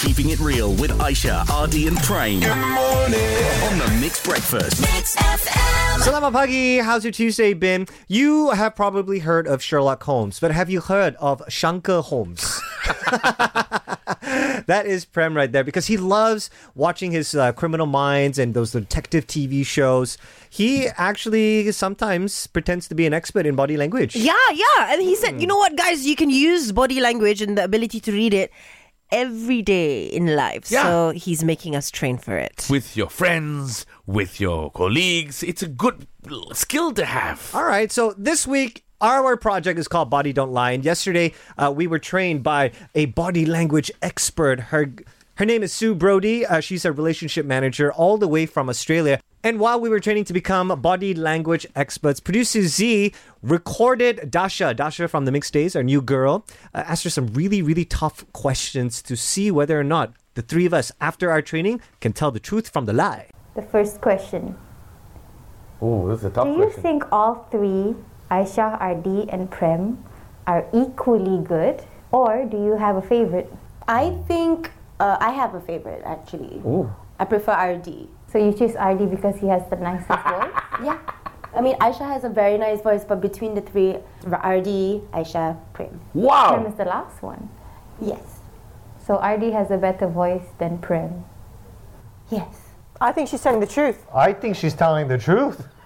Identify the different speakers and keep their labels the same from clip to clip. Speaker 1: Keeping It Real with Aisha, Ardy, and Prane. Good morning. On the Mixed Breakfast.
Speaker 2: Salama Pagi, how's your Tuesday been? You have probably heard of Sherlock Holmes, but have you heard of Shankar Holmes? that is Prem right there because he loves watching his uh, criminal minds and those detective TV shows. He actually sometimes pretends to be an expert in body language.
Speaker 3: Yeah, yeah. And he said, you know what, guys, you can use body language and the ability to read it every day in life.
Speaker 4: Yeah.
Speaker 3: So he's making us train for it.
Speaker 4: with your friends, with your colleagues. It's a good l- skill to have.
Speaker 2: All right, so this week our project is called Body Don't Lie, and yesterday uh, we were trained by a body language expert. Her her name is Sue Brody. Uh, she's a relationship manager all the way from Australia. And while we were training to become body language experts, producer Z recorded Dasha, Dasha from the Mixed Days, our new girl, uh, asked her some really, really tough questions to see whether or not the three of us, after our training, can tell the truth from the lie.
Speaker 5: The first question
Speaker 6: Ooh, this is a tough
Speaker 5: Do you
Speaker 6: question.
Speaker 5: think all three, Aisha, RD, and Prem, are equally good? Or do you have a favorite?
Speaker 7: I think uh, I have a favorite actually. I prefer RD.
Speaker 5: So you choose RD because he has the nicest voice?
Speaker 7: Yeah. I mean, Aisha has a very nice voice, but between the three, RD, Aisha, Prim.
Speaker 5: Prem
Speaker 4: Wow.
Speaker 5: is the last one.
Speaker 7: Yes.
Speaker 5: So RD has a better voice than Prem.
Speaker 7: Yes.
Speaker 8: I think she's telling the truth.
Speaker 9: I think she's telling the truth.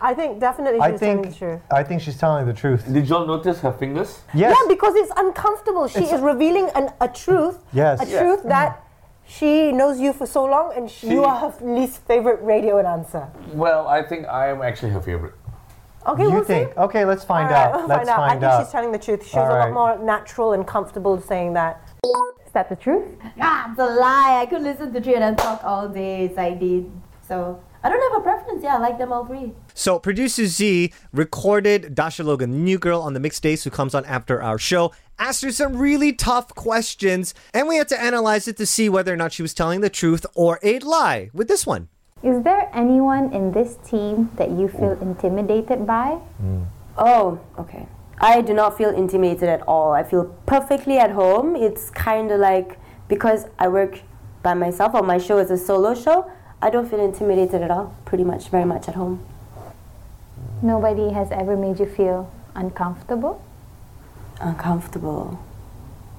Speaker 8: I think definitely
Speaker 9: I
Speaker 8: she's telling the
Speaker 9: think
Speaker 8: truth.
Speaker 9: I think she's telling the truth.
Speaker 6: Did y'all notice her fingers?
Speaker 9: Yes.
Speaker 8: Yeah, because it's uncomfortable. She is revealing an, a truth.
Speaker 9: Yes. Mm-hmm.
Speaker 8: A
Speaker 9: Yeah.
Speaker 8: truth that she knows you for so long and she, you are her least favorite radio and answer.
Speaker 6: Well, I think I am actually her favorite.
Speaker 8: Okay,
Speaker 9: you
Speaker 8: we'll
Speaker 9: think?
Speaker 8: see.
Speaker 9: Okay, let's
Speaker 8: All
Speaker 9: find
Speaker 8: right,
Speaker 9: out.
Speaker 8: we'll
Speaker 9: let's
Speaker 8: find out. I
Speaker 9: find
Speaker 8: think
Speaker 9: out.
Speaker 8: she's telling the truth. She's
Speaker 9: All
Speaker 8: a lot
Speaker 9: right.
Speaker 8: more natural and comfortable saying that.
Speaker 5: Is that the truth?
Speaker 7: Ah, it's a lie. I could listen to three and talk all day, as I did. So, I don't have a preference. Yeah, I like them all three.
Speaker 2: So producer Z recorded Dasha Logan, new girl on the mixed days who comes on after our show, asked her some really tough questions, and we had to analyze it to see whether or not she was telling the truth or a lie with this one.
Speaker 5: Is there anyone in this team that you feel intimidated by?
Speaker 7: Oh, okay. I do not feel intimidated at all. I feel perfectly at home. It's kind of like because I work by myself or my show is a solo show, I don't feel intimidated at all. Pretty much, very much at home.
Speaker 5: Nobody has ever made you feel uncomfortable?
Speaker 7: Uncomfortable.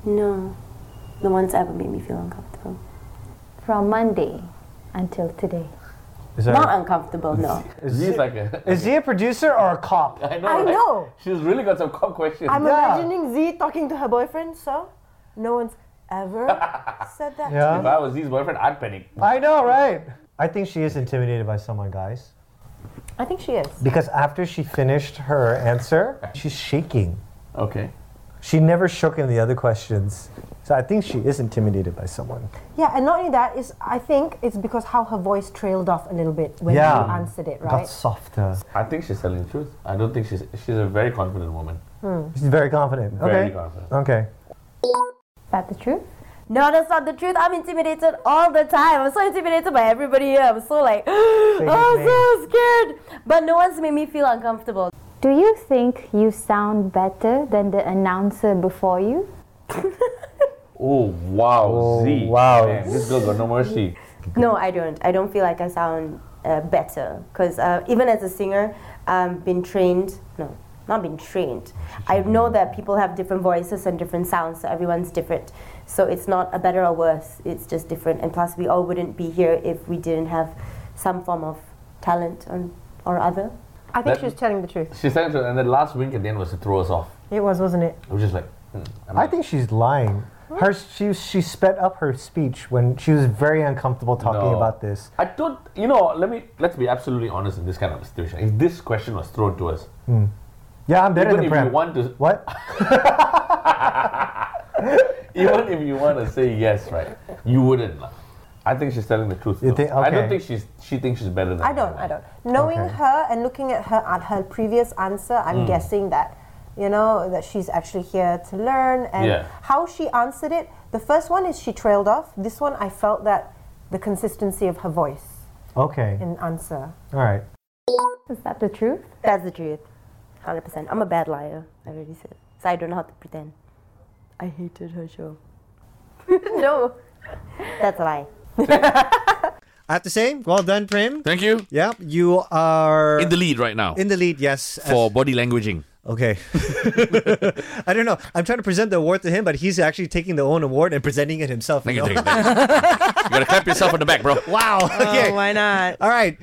Speaker 7: No. The ones that ever made me feel uncomfortable.
Speaker 5: From Monday until today.
Speaker 9: Is, there-
Speaker 7: Not uncomfortable, no.
Speaker 9: is
Speaker 6: She's
Speaker 9: he-
Speaker 6: like a.
Speaker 9: is he a producer or a cop?
Speaker 6: I know.
Speaker 8: I
Speaker 6: right?
Speaker 8: know.
Speaker 6: She's really got some cock questions.
Speaker 8: I'm
Speaker 9: Yeah.
Speaker 8: imagining Z talking to her boyfriend, so no one's ever said that.
Speaker 6: if
Speaker 9: Yeah.
Speaker 6: I was his boyfriend, I'd panic.
Speaker 9: I know, right? I think she is intimidated by someone, guys.
Speaker 8: I think she is.
Speaker 9: Because after she finished her answer, she's shaking.
Speaker 6: Okay.
Speaker 9: She never shook in the other questions. So I think she is intimidated by someone.
Speaker 8: Yeah, and not only that, is I think it's because how her voice trailed off a little bit when
Speaker 9: Yeah.
Speaker 8: you answered it, right?
Speaker 9: Got softer.
Speaker 6: I think she's telling the truth. I don't think she's. She's a very confident woman.
Speaker 9: She's very confident.
Speaker 6: Very
Speaker 9: okay.
Speaker 6: confident.
Speaker 9: Okay.
Speaker 5: Is that the truth?
Speaker 7: No, that's not the truth. I'm intimidated all the time. I'm so intimidated by everybody here. I'm so like, oh, I'm so scared. But no one's made me feel uncomfortable.
Speaker 5: Do you think you sound better than the announcer before you?
Speaker 6: Oh wow,
Speaker 9: Oh,
Speaker 6: Z.
Speaker 9: wow.
Speaker 6: Man, this girl got no mercy.
Speaker 7: No, I don't. I don't feel like I sound uh, better because uh, even as a singer, I've been trained. No, not been trained. I know that people have different voices and different sounds, so everyone's different. So it's not a better or worse. It's just different. And plus, we all wouldn't be here if we didn't have some form of talent or, or other.
Speaker 8: I think
Speaker 6: That-
Speaker 8: she was telling the truth.
Speaker 6: She's telling the truth, and the last wink at the end was to throw us off.
Speaker 8: It was, wasn't it?
Speaker 6: I was just like, hmm, I'm
Speaker 9: I
Speaker 6: not-
Speaker 9: think she's lying. Her she she sped up her speech when she was very uncomfortable talking
Speaker 6: No.
Speaker 9: about this.
Speaker 6: I don't. You know, let me let's be absolutely honest in this kind of situation. If this question was thrown to us,
Speaker 9: Yeah, I'm better
Speaker 6: even
Speaker 9: than
Speaker 6: if you
Speaker 9: Prem.
Speaker 6: want to,
Speaker 9: What?
Speaker 6: even if you want to say yes, right, you wouldn't. lah. I think she's telling the truth.
Speaker 9: You
Speaker 6: though.
Speaker 9: think-
Speaker 6: I don't
Speaker 9: okay.
Speaker 6: think she's. She thinks she's better than.
Speaker 8: I don't. I don't. Knowing
Speaker 9: Okay.
Speaker 8: her and looking at her at her previous answer, I'm guessing that you know that she's actually here to learn and
Speaker 6: Yeah.
Speaker 8: how she answered it. The first one is she trailed off. This one, I felt that the consistency of her voice
Speaker 9: Okay.
Speaker 8: in answer.
Speaker 9: All right.
Speaker 5: Is that the truth?
Speaker 7: That's the truth. 100%. I'm a bad liar. I already said. So I don't know how to pretend. I hated her show. no. That's a lie.
Speaker 2: I have to say, well done, Prem.
Speaker 4: Thank you.
Speaker 2: Yeah, you are
Speaker 4: In the lead right now
Speaker 2: in the lead. Yes.
Speaker 4: for body languaging.
Speaker 2: Okay. I don't know. I'm trying to present the award to him, but he's actually taking the own award and presenting it himself.
Speaker 4: Thank
Speaker 2: you
Speaker 4: you.
Speaker 2: know?
Speaker 4: Thank you. thank you. you gotta clap yourself on the back, bro.
Speaker 2: Wow. Okay.
Speaker 3: Oh, why not?
Speaker 2: All right.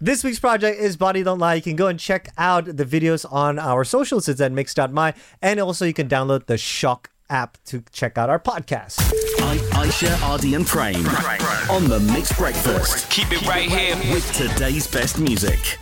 Speaker 2: This week's project is Body Don't Lie. You can go and check out the videos on our socials. It's at mix.my. And also, you can download the Shock app to check out our podcast.
Speaker 1: I- Aisha, Ardy, and Prane on the Mixed Breakfast
Speaker 10: Keep it right here.
Speaker 1: with today's best music.